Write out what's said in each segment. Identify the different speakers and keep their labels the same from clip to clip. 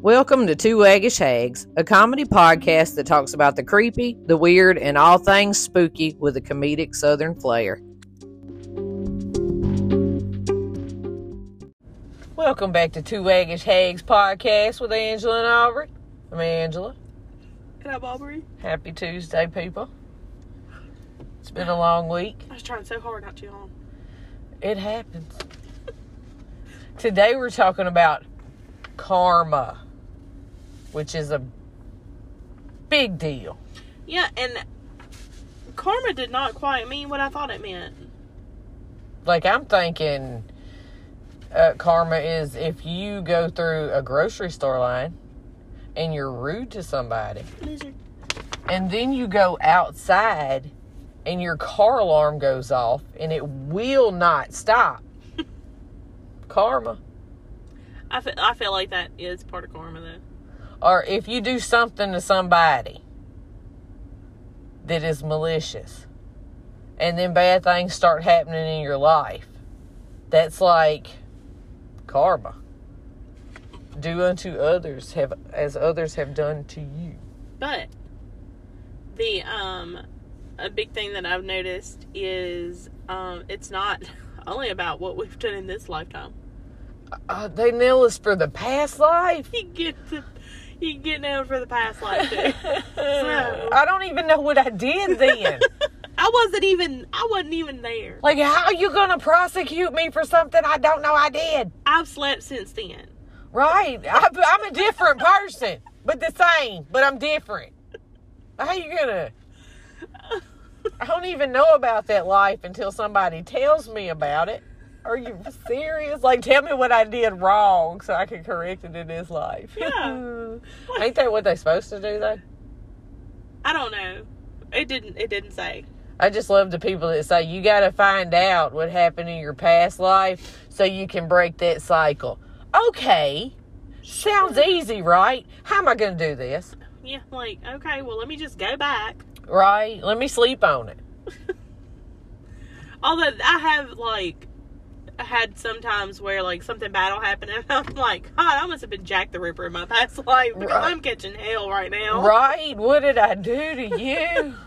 Speaker 1: Welcome to Two Waggish Hags, a comedy podcast that talks about the creepy, the weird, and all things spooky with a comedic southern flair. Welcome back to Two Waggish Hags podcast with Angela and Aubrey. I'm Angela.
Speaker 2: Can I have Aubrey?
Speaker 1: Happy Tuesday, people. It's been a long week.
Speaker 2: I was trying so hard not to yawn.
Speaker 1: It happens. Today we're talking about karma, which is a big deal.
Speaker 2: Yeah, and karma did not quite mean what I thought it meant.
Speaker 1: Like I'm thinking uh, karma is if you go through a grocery store line and you're rude to somebody
Speaker 2: Lizard.
Speaker 1: and then you go outside and your car alarm goes off and it will not stop. karma.
Speaker 2: I feel, I feel like that is part of karma, though.
Speaker 1: or if you do something to somebody that is malicious and then bad things start happening in your life that's like karma do unto others have as others have done to you
Speaker 2: But the um, a big thing that I've noticed is um, it's not only about what we've done in this lifetime.
Speaker 1: uh, they nail us for the past life
Speaker 2: You get to, you get nailed for the past life too. So-
Speaker 1: i don't even know what i did then
Speaker 2: I wasn't even I wasn't even there.
Speaker 1: like how are you gonna prosecute me for something i don't know i did
Speaker 2: I've slept since then.
Speaker 1: Right. I, I'm a different person, but the same. But I'm different. How you gonna? I don't even know about that life until somebody tells me about it. Are you serious? Like, tell me what I did wrong so I can correct it in this life.
Speaker 2: Yeah.
Speaker 1: Ain't that what they supposed to do though?
Speaker 2: I don't know. It didn't it didn't say.
Speaker 1: I just love the people that say you got to find out what happened in your past life so you can break that cycle. Okay, sounds easy, right? How am I going to do this?
Speaker 2: Yeah, like, okay, well, let me just go back.
Speaker 1: Right? Let me sleep on it.
Speaker 2: Although I have, like, had some times where, like, something bad will happen, and I'm like, God, I must have been Jack the Ripper in my past life because
Speaker 1: Right.
Speaker 2: I'm catching hell right now.
Speaker 1: Right? What did I do to you?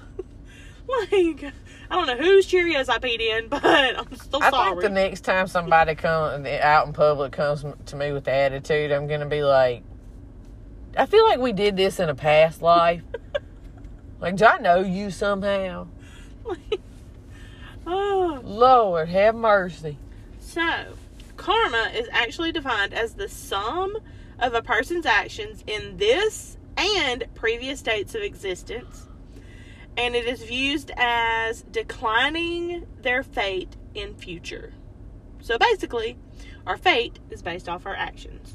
Speaker 2: Like, I don't know whose Cheerios I peed in, but I'm still
Speaker 1: I think
Speaker 2: sorry.
Speaker 1: the next time somebody come out in public comes m- to me with the attitude, I'm going to be like, I feel like we did this in a past life. like, do I know you somehow?
Speaker 2: oh.
Speaker 1: Lord, have mercy.
Speaker 2: So, karma is actually defined as the sum of a person's actions in this and previous states of existence, and it is viewed as declining their fate in future. So basically, our fate is based off our actions.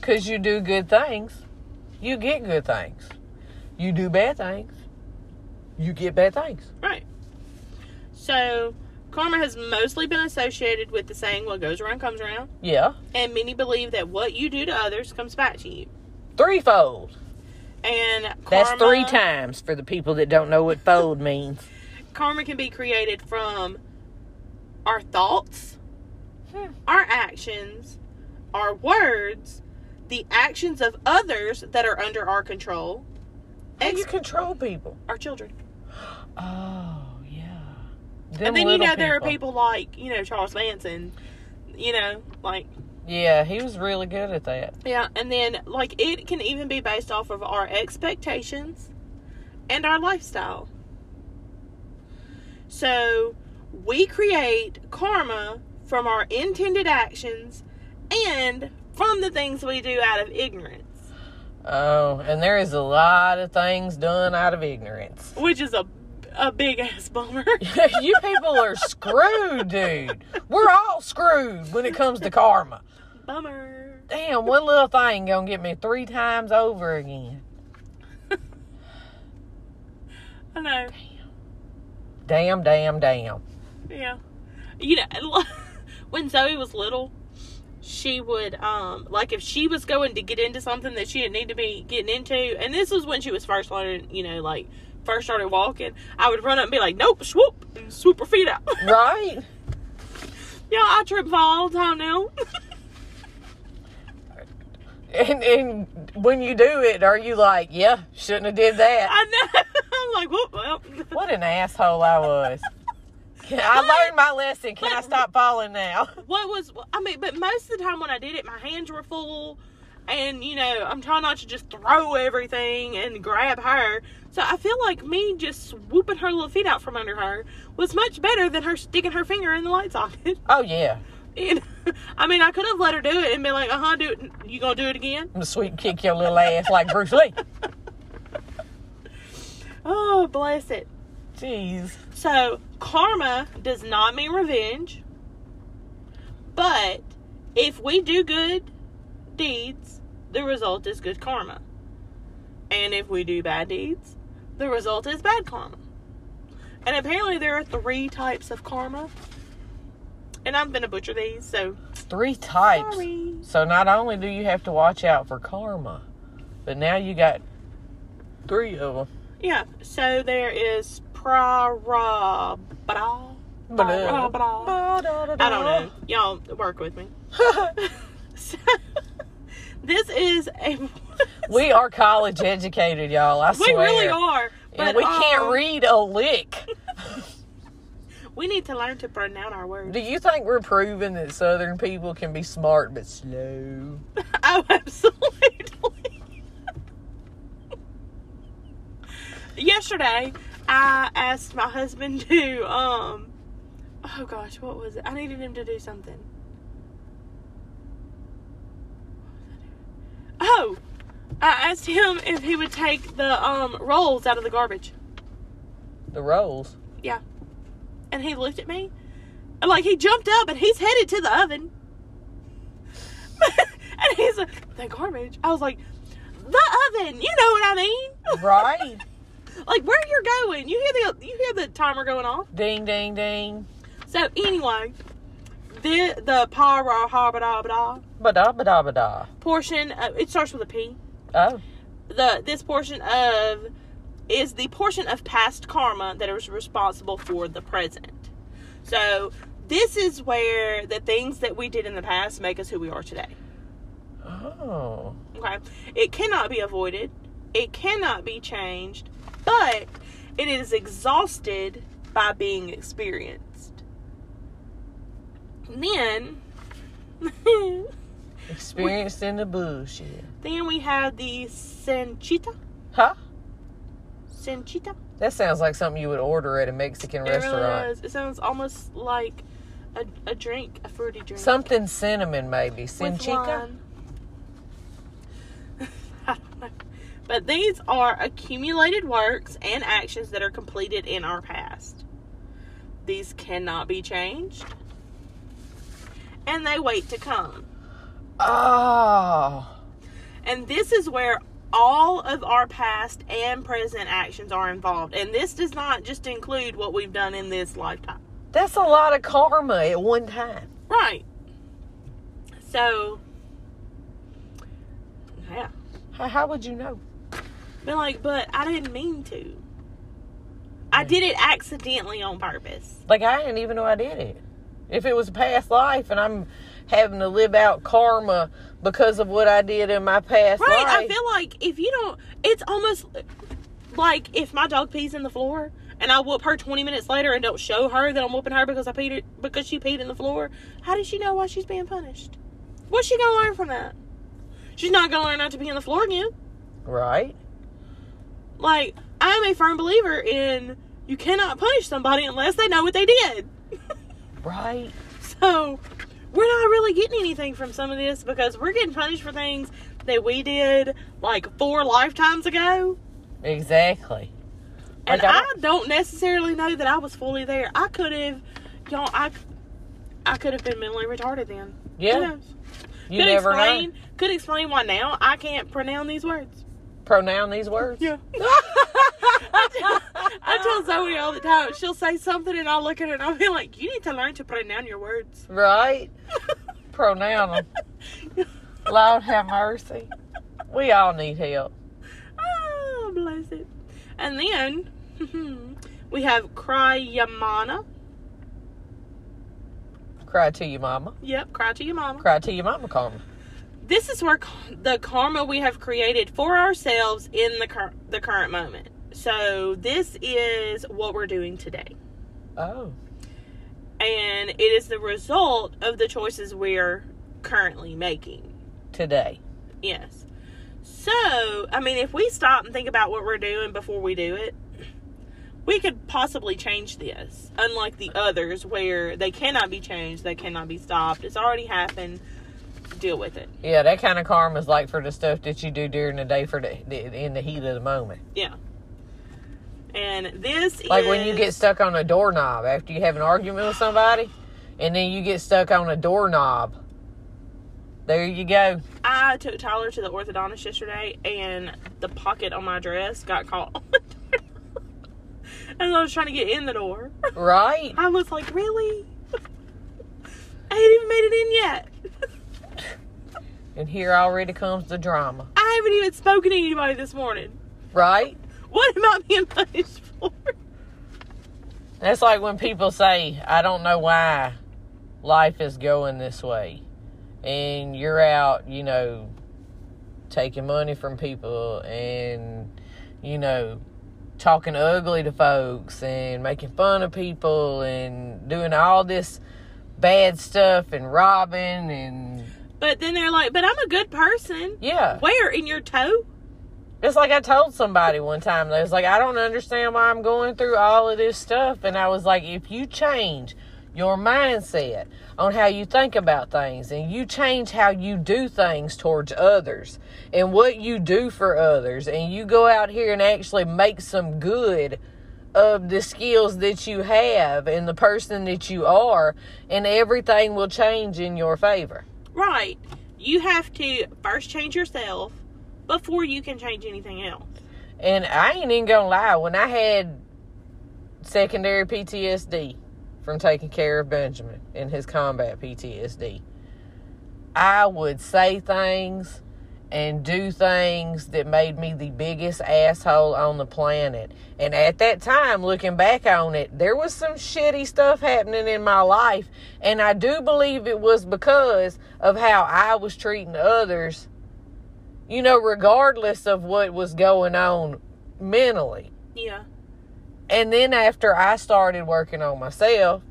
Speaker 1: Because you do good things, you get good things. You do bad things, you get bad things.
Speaker 2: Right. So, karma has mostly been associated with the saying, what goes around comes around,
Speaker 1: Yeah.
Speaker 2: and many believe that what you do to others comes back to you.
Speaker 1: Threefold.
Speaker 2: And karma,
Speaker 1: That's three times for the people that don't know what fold means.
Speaker 2: karma can be created from our thoughts,
Speaker 1: Hmm.
Speaker 2: our actions, our words, the actions of others that are under our control,
Speaker 1: How do
Speaker 2: ex-
Speaker 1: you control people.
Speaker 2: our children.
Speaker 1: Oh, yeah.
Speaker 2: and then you know there are people like, you know, Charles Manson, you know, like
Speaker 1: Yeah, he was really good at that.
Speaker 2: yeah, and then like it can even be based off of our expectations and our lifestyle. So we create karma from our intended actions and from the things we do out of ignorance,
Speaker 1: Oh, and there is a lot of things done out of ignorance.
Speaker 2: which is a a big ass bummer.
Speaker 1: you people are screwed, dude. We're all screwed when it comes to karma.
Speaker 2: bummer.
Speaker 1: Damn, one little thing gonna get me three times over again.
Speaker 2: I know.
Speaker 1: Damn, damn, damn.
Speaker 2: Yeah. You know, when Zoe was little, she would um like if she was going to get into something that she didn't need to be getting into, and this was when she was first learning, you know, like first started walking, I would run up and be like, "Nope, swoop," and swoop her feet up.
Speaker 1: Right?
Speaker 2: yeah, I trip and fall all the time now.
Speaker 1: And and when you do it, are you like, yeah, shouldn't have did that?
Speaker 2: I know. I'm like, whoop, well.
Speaker 1: What an asshole I was. I learned my lesson. Can I stop falling now?
Speaker 2: What was, I mean, but most of the time when I did it, my hands were full. And, you know, I'm trying not to just throw everything and grab her. So I feel like me just swooping her little feet out from under her was much better than her sticking her finger in the light socket.
Speaker 1: Oh yeah,
Speaker 2: And, I mean, I could have let her do it and been like, uh huh, do it. You gonna do it again?
Speaker 1: I'm gonna sweet kick your little ass like Bruce Lee.
Speaker 2: Oh, bless it.
Speaker 1: Jeez.
Speaker 2: So, karma does not mean revenge. But if we do good deeds, the result is good karma. And if we do bad deeds, the result is bad karma. And apparently, there are three types of karma. And I'm going to butcher these, so
Speaker 1: Three types.
Speaker 2: sorry.
Speaker 1: So not only do you have to watch out for karma, but now you got three of them.
Speaker 2: Yeah, so there is prarabra. Prarabra. I don't know. Y'all work with me. So, this is a.
Speaker 1: we are college educated, y'all. I
Speaker 2: We
Speaker 1: swear.
Speaker 2: really are.
Speaker 1: And
Speaker 2: But
Speaker 1: we can't
Speaker 2: um,
Speaker 1: read a lick.
Speaker 2: We need to learn to pronounce our words.
Speaker 1: Do you think we're proving that Southern people can be smart but slow?
Speaker 2: oh, absolutely. Yesterday, I asked my husband to um. Oh gosh, what was it? I needed him to do something. Oh, I asked him if he would take the um rolls out of the garbage.
Speaker 1: The rolls.
Speaker 2: Yeah. And he looked at me. And like he jumped up and he's headed to the oven. and he's like, the garbage. I was like, the oven, you know what I mean?
Speaker 1: Right.
Speaker 2: like where you're going. You hear the you hear the timer going off.
Speaker 1: ding, ding, ding.
Speaker 2: So anyway, the the pa ra ha ba da ba da
Speaker 1: Ba da ba da ba da.
Speaker 2: portion of, it starts with a P.
Speaker 1: Oh,
Speaker 2: The this portion of is the portion of past karma that is responsible for the present. So this is where the things that we did in the past make us who we are today.
Speaker 1: oh.
Speaker 2: Okay. It cannot be avoided. It cannot be changed, but it is exhausted by being experienced. Then
Speaker 1: Experienced in the bullshit.
Speaker 2: then we have the Sanchita.
Speaker 1: Huh?
Speaker 2: Sanchita.
Speaker 1: That sounds like something you would order at a Mexican
Speaker 2: It really
Speaker 1: restaurant.
Speaker 2: does. It sounds almost like a, a drink, a fruity drink.
Speaker 1: Something cinnamon, maybe.
Speaker 2: with
Speaker 1: Cinchica?
Speaker 2: lime. I don't know. But these are accumulated works and actions that are completed in our past. These cannot be changed. And they wait to come.
Speaker 1: Oh.
Speaker 2: And this is where all of our past and present actions are involved. And this does not just include what we've done in this lifetime.
Speaker 1: That's a lot of karma at one time.
Speaker 2: Right. So, yeah.
Speaker 1: How, how would you know?
Speaker 2: Been like, but I didn't mean to. I did it accidentally on purpose.
Speaker 1: Like, I didn't even know I did it. If it was a past life and I'm having to live out karma because of what I did in my past
Speaker 2: Right?
Speaker 1: life.
Speaker 2: I feel like if you don't, it's almost like if my dog pees in the floor and I whoop her 20 minutes later and don't show her that I'm whooping her because I peed her, because she peed in the floor. How does she know why she's being punished? What's she gonna learn from that? She's not gonna learn not to pee on the floor again.
Speaker 1: right?
Speaker 2: Like I'm a firm believer in you cannot punish somebody unless they know what they did.
Speaker 1: Right?
Speaker 2: So we're not really getting anything from some of this because we're getting punished for things that we did like four lifetimes ago.
Speaker 1: Exactly.
Speaker 2: And
Speaker 1: Like, I
Speaker 2: I
Speaker 1: don't-
Speaker 2: don't necessarily know that I was fully there. I could have y'all I I could have been mentally retarded then.
Speaker 1: Yeah.
Speaker 2: Who knows?
Speaker 1: You
Speaker 2: could
Speaker 1: never
Speaker 2: explain
Speaker 1: know.
Speaker 2: could explain why now I can't pronoun these words.
Speaker 1: Pronoun these words.
Speaker 2: Yeah. I, tell, I tell Zoe all the time, she'll say something and I'll look at her and I'll be like, You need to learn to pronoun your words.
Speaker 1: Right? Pronoun 'em.
Speaker 2: Oh,
Speaker 1: Lord have mercy. We all need help.
Speaker 2: Oh, bless it. And then we have Cryamana.
Speaker 1: Cry to your mama.
Speaker 2: Yep, Cry to Your Mama.
Speaker 1: Cry to your mama karma.
Speaker 2: This is where ca- the karma we have created for ourselves in the cur- the current moment. So this is what we're doing today.
Speaker 1: Oh.
Speaker 2: and it is the result of the choices we're currently making.
Speaker 1: Today.
Speaker 2: Yes. So, I mean, if we stop and think about what we're doing before we do it, we could possibly change this, unlike the others where they cannot be changed, they cannot be stopped. It's already happened. Deal with it.
Speaker 1: Yeah, that kind of karma is like for the stuff that you do during the day for the, the in the heat of the moment.
Speaker 2: Yeah. And this
Speaker 1: Like
Speaker 2: is
Speaker 1: when you get stuck on a doorknob after you have an argument with somebody, and then you get stuck on a doorknob. There you go.
Speaker 2: I took Tyler to the orthodontist yesterday, and the pocket on my dress got caught. and I was trying to get in the door.
Speaker 1: Right?
Speaker 2: I was like, really? I ain't even made it in yet.
Speaker 1: And here already comes the drama.
Speaker 2: I haven't even spoken to anybody this morning.
Speaker 1: Right?
Speaker 2: What am I being punished for?
Speaker 1: That's like when people say, I don't know why life is going this way. And you're out, you know, taking money from people and, you know, talking ugly to folks and making fun of people and doing all this bad stuff and robbing and,
Speaker 2: But then they're like, but I'm a good person.
Speaker 1: yeah.
Speaker 2: Where? In your toe?
Speaker 1: It's like I told somebody one time, they was like, I don't understand why I'm going through all of this stuff. And I was like, if you change your mindset on how you think about things and you change how you do things towards others and what you do for others, and you go out here and actually make some good of the skills that you have and the person that you are, and everything will change in your favor.
Speaker 2: Right. You have to first change yourself before you can change anything else.
Speaker 1: And I ain't even gonna lie, when I had secondary PTSD from taking care of Benjamin and his combat PTSD, I would say things and do things that made me the biggest asshole on the planet. And at that time, looking back on it, there was some shitty stuff happening in my life. And I do believe it was because of how I was treating others you know, regardless of what was going on mentally.
Speaker 2: Yeah.
Speaker 1: And then after I started working on myself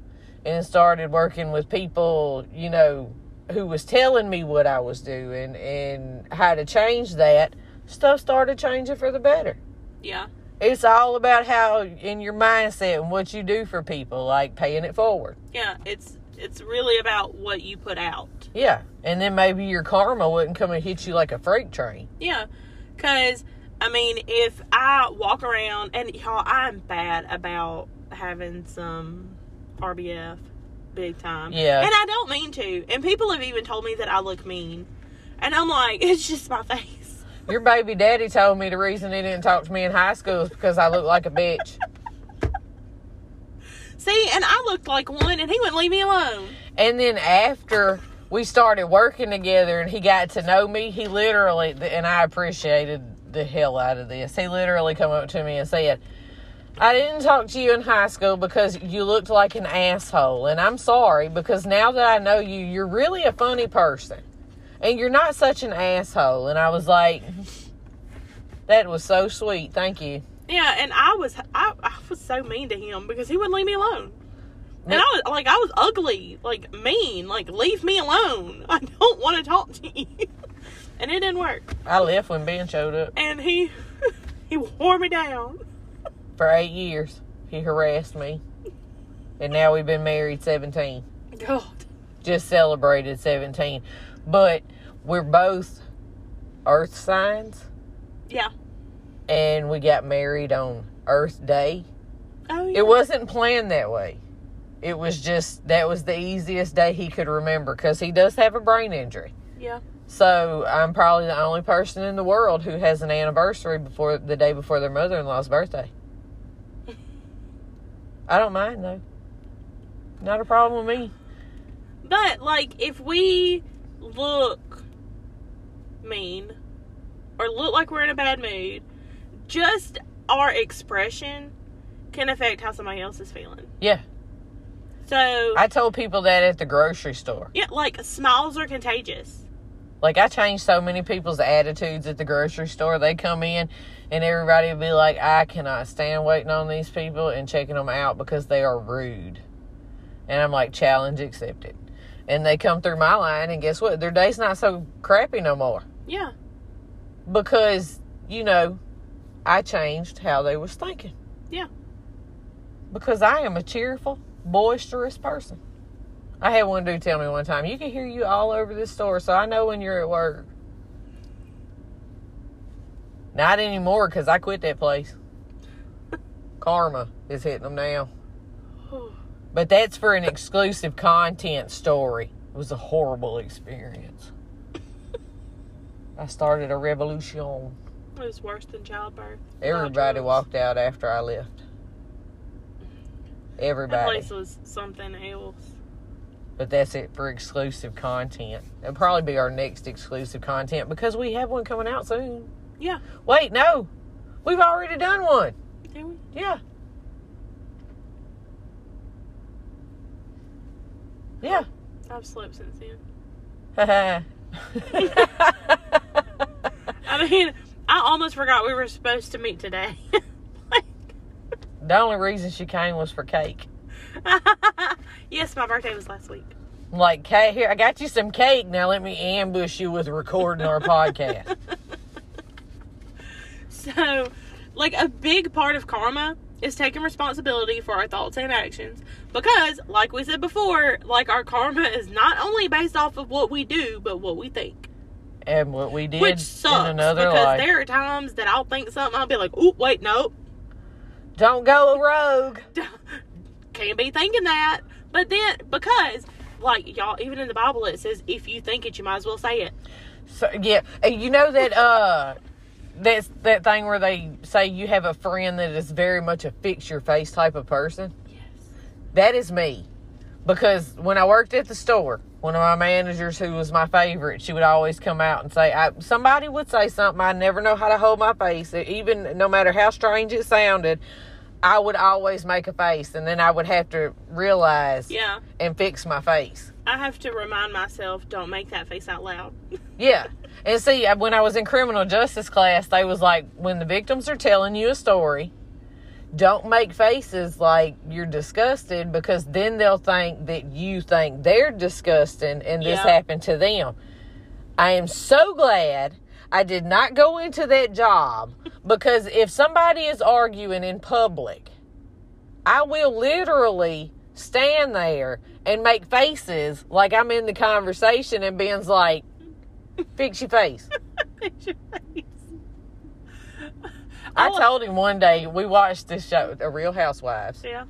Speaker 1: and started working with people, you know, who was telling me what I was doing and how to change that, stuff started changing for the better.
Speaker 2: Yeah.
Speaker 1: It's all about how in your mindset and what you do for people, like paying it forward.
Speaker 2: Yeah. It's it's really about what you put out.
Speaker 1: Yeah. And then maybe your karma wouldn't come and hit you like a freight train.
Speaker 2: Yeah, because I mean, if I walk around and y'all, I'm bad about having some RBF big time.
Speaker 1: Yeah.
Speaker 2: and I don't mean to. And people have even told me that I look mean, and I'm like, it's just my face.
Speaker 1: Your baby daddy told me the reason he didn't talk to me in high school is because I look like a bitch.
Speaker 2: See, and I looked like one, and he wouldn't leave me alone.
Speaker 1: And then after we started working together and he got to know me, he literally, and I appreciated the hell out of this, he literally come up to me and said, I didn't talk to you in high school because you looked like an asshole. And I'm sorry because now that I know you, you're really a funny person. And you're not such an asshole. And I was like, that was so sweet. Thank you.
Speaker 2: Yeah, and I was I, I was so mean to him because he wouldn't leave me alone. And I was like, I was ugly, like mean, like leave me alone. I don't want to talk to you. and it didn't work.
Speaker 1: I left when Ben showed up.
Speaker 2: and he he wore me down.
Speaker 1: for eight years. He harassed me. And now we've been married 17.
Speaker 2: God.
Speaker 1: Just celebrated 17. But we're both earth signs.
Speaker 2: Yeah.
Speaker 1: And we got married on Earth Day.
Speaker 2: Oh yeah.
Speaker 1: It wasn't planned that way. It was just, that was the easiest day he could remember because he does have a brain injury.
Speaker 2: Yeah.
Speaker 1: So I'm probably the only person in the world who has an anniversary before the day before their mother in law's birthday. I don't mind though. Not a problem with me.
Speaker 2: But like, if we look mean or look like we're in a bad mood, just our expression can affect how somebody else is feeling.
Speaker 1: Yeah.
Speaker 2: So
Speaker 1: I told people that at the grocery store.
Speaker 2: yeah, like smiles are contagious.
Speaker 1: Like I changed so many people's attitudes at the grocery store. They come in and everybody would be like, I cannot stand waiting on these people and checking them out because they are rude. And I'm like, challenge accepted. And they come through my line and guess what? Their day's not so crappy no more.
Speaker 2: Yeah.
Speaker 1: Because, you know, I changed how they was thinking.
Speaker 2: Yeah.
Speaker 1: Because I am a cheerful, boisterous person. I had one dude tell me one time, you can hear you all over the store, so I know when you're at work. Not anymore, because I quit that place. Karma is hitting them now. But that's for an exclusive content story. It was a horrible experience. I started a revolution.
Speaker 2: It was worse than childbirth.
Speaker 1: Everybody
Speaker 2: drugs.
Speaker 1: walked out after I left.
Speaker 2: That
Speaker 1: Everybody.
Speaker 2: place was something else.
Speaker 1: But that's it for exclusive content. It'll probably be our next exclusive content because we have one coming out soon.
Speaker 2: Yeah.
Speaker 1: Wait, no. We've already done one.
Speaker 2: Did we?
Speaker 1: Yeah. Yeah.
Speaker 2: I've slept since then.
Speaker 1: the
Speaker 2: I mean, I almost forgot we were supposed to meet today.
Speaker 1: only reason she came was for cake.
Speaker 2: yes, my birthday was last week.
Speaker 1: I'm like, "Ca- here, I got you some cake. Now let me ambush you with recording our podcast.
Speaker 2: So, like, a big part of karma is taking responsibility for our thoughts and actions because, like we said before, like, our karma is not only based off of what we do, but what we think.
Speaker 1: And what we did
Speaker 2: Which sucks
Speaker 1: in another
Speaker 2: because
Speaker 1: life.
Speaker 2: there are times that I'll think something, I'll be like, oh, wait, nope.
Speaker 1: Don't go a rogue.
Speaker 2: Can't be thinking that. But then, because, like, y'all, even in the Bible, it says, if you think it, you might as well say it.
Speaker 1: So yeah, and you know that uh, that's that thing where they say you have a friend that is very much a fix your face type of person.
Speaker 2: Yes.
Speaker 1: That is me, because when I worked at the store, one of my managers who was my favorite, she would always come out and say, I, "Somebody would say something. I never know how to hold my face, even no matter how strange it sounded." I would always make a face, and then I would have to realize
Speaker 2: Yeah.
Speaker 1: and fix my face.
Speaker 2: I have to remind myself, don't make that face out loud.
Speaker 1: Yeah. And see, when I was in criminal justice class, they was like, when the victims are telling you a story, don't make faces like you're disgusted because then they'll think that you think they're disgusting and this
Speaker 2: Yeah.
Speaker 1: happened to them. I am so glad I did not go into that job because if somebody is arguing in public, I will literally stand there and make faces like I'm in the conversation and Ben's like, fix your face.
Speaker 2: Fix your face.
Speaker 1: I
Speaker 2: Oh,
Speaker 1: told him one day we watched this show, The Real Housewives,
Speaker 2: Yeah.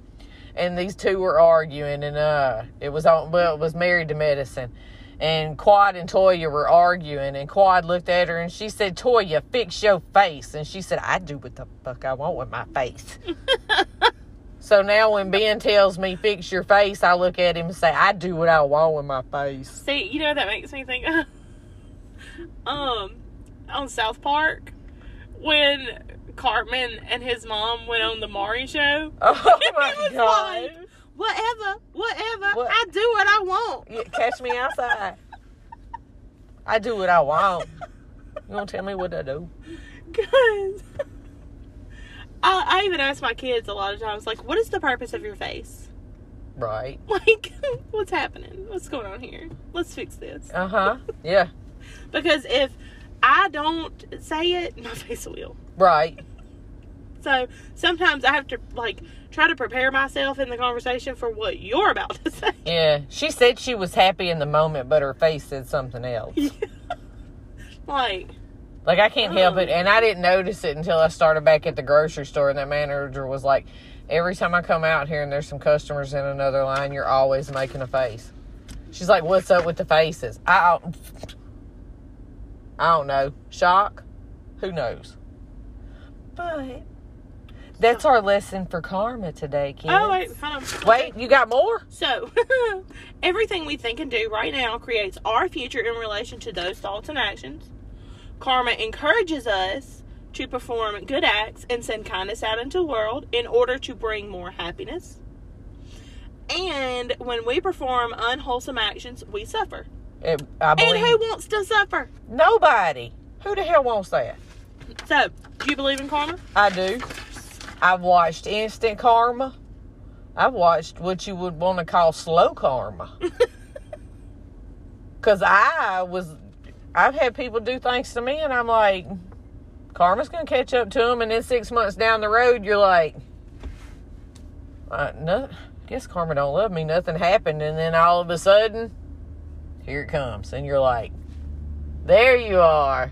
Speaker 1: and these two were arguing, and uh, it was on. Well, it was Married to Medicine, and Quad and Toya were arguing, and Quad looked at her and she said, "Toya, fix your face," and she said, "I do what the fuck I want with my face." so now when Ben tells me fix your face, I look at him and say, "I do what I want with my face."
Speaker 2: See, you know what that makes me think um, on South Park, when Cartman and his mom went on the Maury show.
Speaker 1: Oh
Speaker 2: he
Speaker 1: my
Speaker 2: was
Speaker 1: god!
Speaker 2: like, whatever, whatever,
Speaker 1: What-
Speaker 2: I do what I want.
Speaker 1: Yeah, catch me outside. I do what I want. You gonna tell me what to do?
Speaker 2: Guys. I, I even ask my kids a lot of times, like, what is the purpose of your face?
Speaker 1: Right.
Speaker 2: Like, what's happening? What's going on here? Let's fix this.
Speaker 1: Uh huh. Yeah.
Speaker 2: Because if I don't say it, my face will.
Speaker 1: Right.
Speaker 2: So sometimes I have to like try to prepare myself in the conversation for what you're about to say.
Speaker 1: Yeah. She said she was happy in the moment, but her face said something else.
Speaker 2: like,
Speaker 1: Like I can't help it, and I didn't notice it until I started back at the grocery store, and that manager was like, "Every time I come out here and there's some customers in another line, you're always making a face." She's like, "What's up with the faces?" I don't, I don't know. Shock? Who knows? But that's our lesson for karma today, kids.
Speaker 2: oh wait, hold on.
Speaker 1: wait, you got more?
Speaker 2: So everything we think and do right now creates our future in relation to those thoughts and actions. Karma encourages us to perform good acts and send kindness out into the world in order to bring more happiness. And when we perform unwholesome actions, we suffer.
Speaker 1: It, I
Speaker 2: And
Speaker 1: believe
Speaker 2: who wants to suffer?
Speaker 1: nobody. Who the hell wants that?
Speaker 2: So, do you believe in karma?
Speaker 1: I do. I've watched instant karma. I've watched what you would want to call slow karma. Cause I was, I've had people do things to me, and I'm like, karma's gonna catch up to them, and then six months down the road, you're like, uh, no, guess karma don't love me. Nothing happened, and then all of a sudden, here it comes, and you're like, there you are.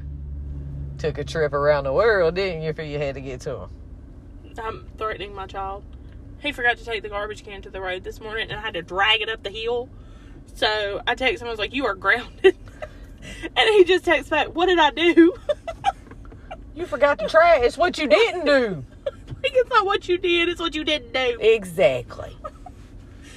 Speaker 1: Took a trip around the world, didn't you? For you had to get to them.
Speaker 2: I'm threatening my child. He forgot to take the garbage can to the road this morning and I had to drag it up the hill. So I texted him, I was like, You are grounded. and he just texts back, What did I do?
Speaker 1: You forgot to trash. It's what you didn't do.
Speaker 2: like, it's not what you did, it's what you didn't do.
Speaker 1: Exactly.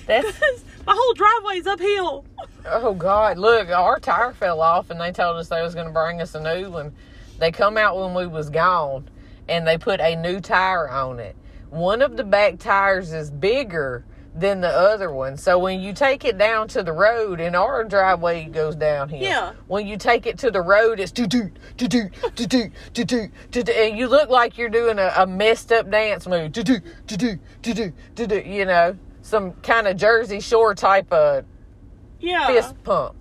Speaker 1: That's
Speaker 2: Because my whole driveway's uphill.
Speaker 1: oh god. Look, our tire fell off, and they told us they was gonna bring us a new one. They come out when we was gone, and they put a new tire on it. One of the back tires is bigger than the other one, so when you take it down to the road, and our driveway goes downhill.
Speaker 2: Yeah.
Speaker 1: When you take it to the road, it's do do do do do do do do do, and you look like you're doing a, a messed up dance move. Do do do do do do do do. You know, some kind of Jersey Shore type of
Speaker 2: Yeah.
Speaker 1: fist pump.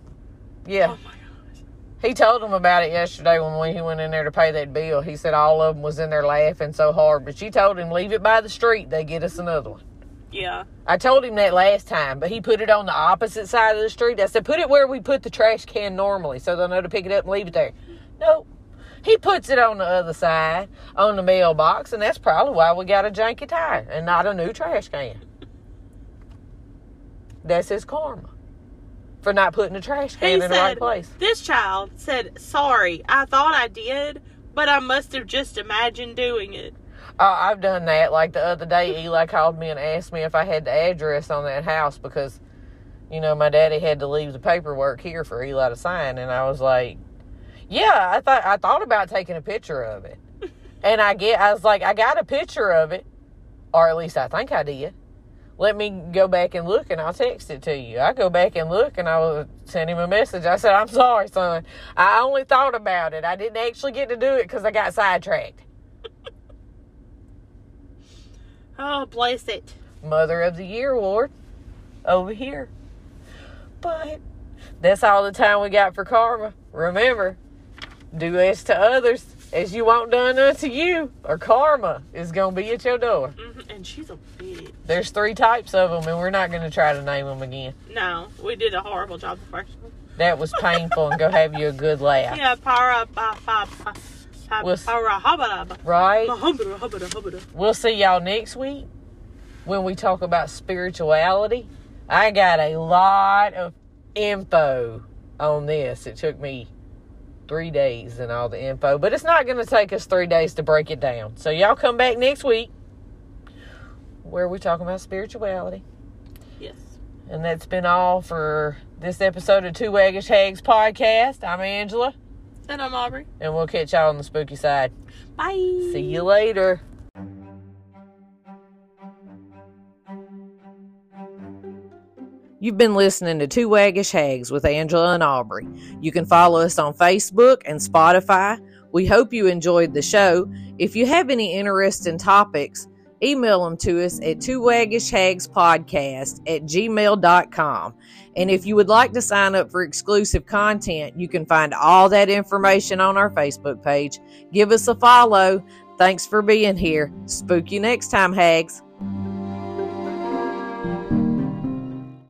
Speaker 1: Yeah.
Speaker 2: Oh my gosh.
Speaker 1: He told him about it yesterday when we, he went in there to pay that bill. He said all of them was in there laughing so hard, but she told him, leave it by the street, they get us another one.
Speaker 2: Yeah.
Speaker 1: I told him that last time, but he put it on the opposite side of the street. I said, put it where we put the trash can normally so they'll know to pick it up and leave it there. Nope. He puts it on the other side, on the mailbox, and that's probably why we got a janky tire and not a new trash can. That's his karma for not putting the trash can
Speaker 2: He
Speaker 1: in
Speaker 2: said,
Speaker 1: the right place.
Speaker 2: This child said, Sorry, I thought I did, but I must have just imagined doing it.
Speaker 1: Uh, I've done that. Like the other day, Eli called me and asked me if I had the address on that house because, you know, my daddy had to leave the paperwork here for Eli to sign, and I was like, "Yeah, I thought I thought about taking a picture of it." And I get, I was like, "I got a picture of it, or at least I think I did." Let me go back and look, and I'll text it to you. I go back and look, and I was- sent him a message. I said, "I'm sorry, son. I only thought about it. I didn't actually get to do it because I got sidetracked."
Speaker 2: Oh, bless it.
Speaker 1: Mother of the Year award over here. But that's all the time we got for karma. Remember, do as to others as you want done unto you, or karma is going to be at your door.
Speaker 2: hmm And she's a bitch.
Speaker 1: There's three types of them, and we're not going to try to name them again.
Speaker 2: No, we did a horrible job the first one.
Speaker 1: That was painful, and go have you a good laugh.
Speaker 2: Yeah, uh, para, pa, pa, pa, pa,
Speaker 1: We'll s-
Speaker 2: para, habada,
Speaker 1: Right?
Speaker 2: habada, habada, habada.
Speaker 1: We'll see y'all next week when we talk about spirituality. I got a lot of info on this. It took me three days and all the info, but it's not going to take us three days to break it down. So, y'all come back next week where we're talking about spirituality.
Speaker 2: Yes.
Speaker 1: And that's been all for this episode of Two Waggish Hags podcast. I'm Angela,
Speaker 2: And I'm Aubrey.
Speaker 1: and we'll catch y'all on the spooky side.
Speaker 2: Bye.
Speaker 1: See you later. You've been listening to Two Waggish Hags with Angela and Aubrey. You can follow us on Facebook and Spotify. We hope you enjoyed the show. If you have any interesting topics, email them to us at two waggish hags podcast at gmail.com. And if you would like to sign up for exclusive content, you can find all that information on our Facebook page. Give us a follow. Thanks for being here. Spook you next time, hags.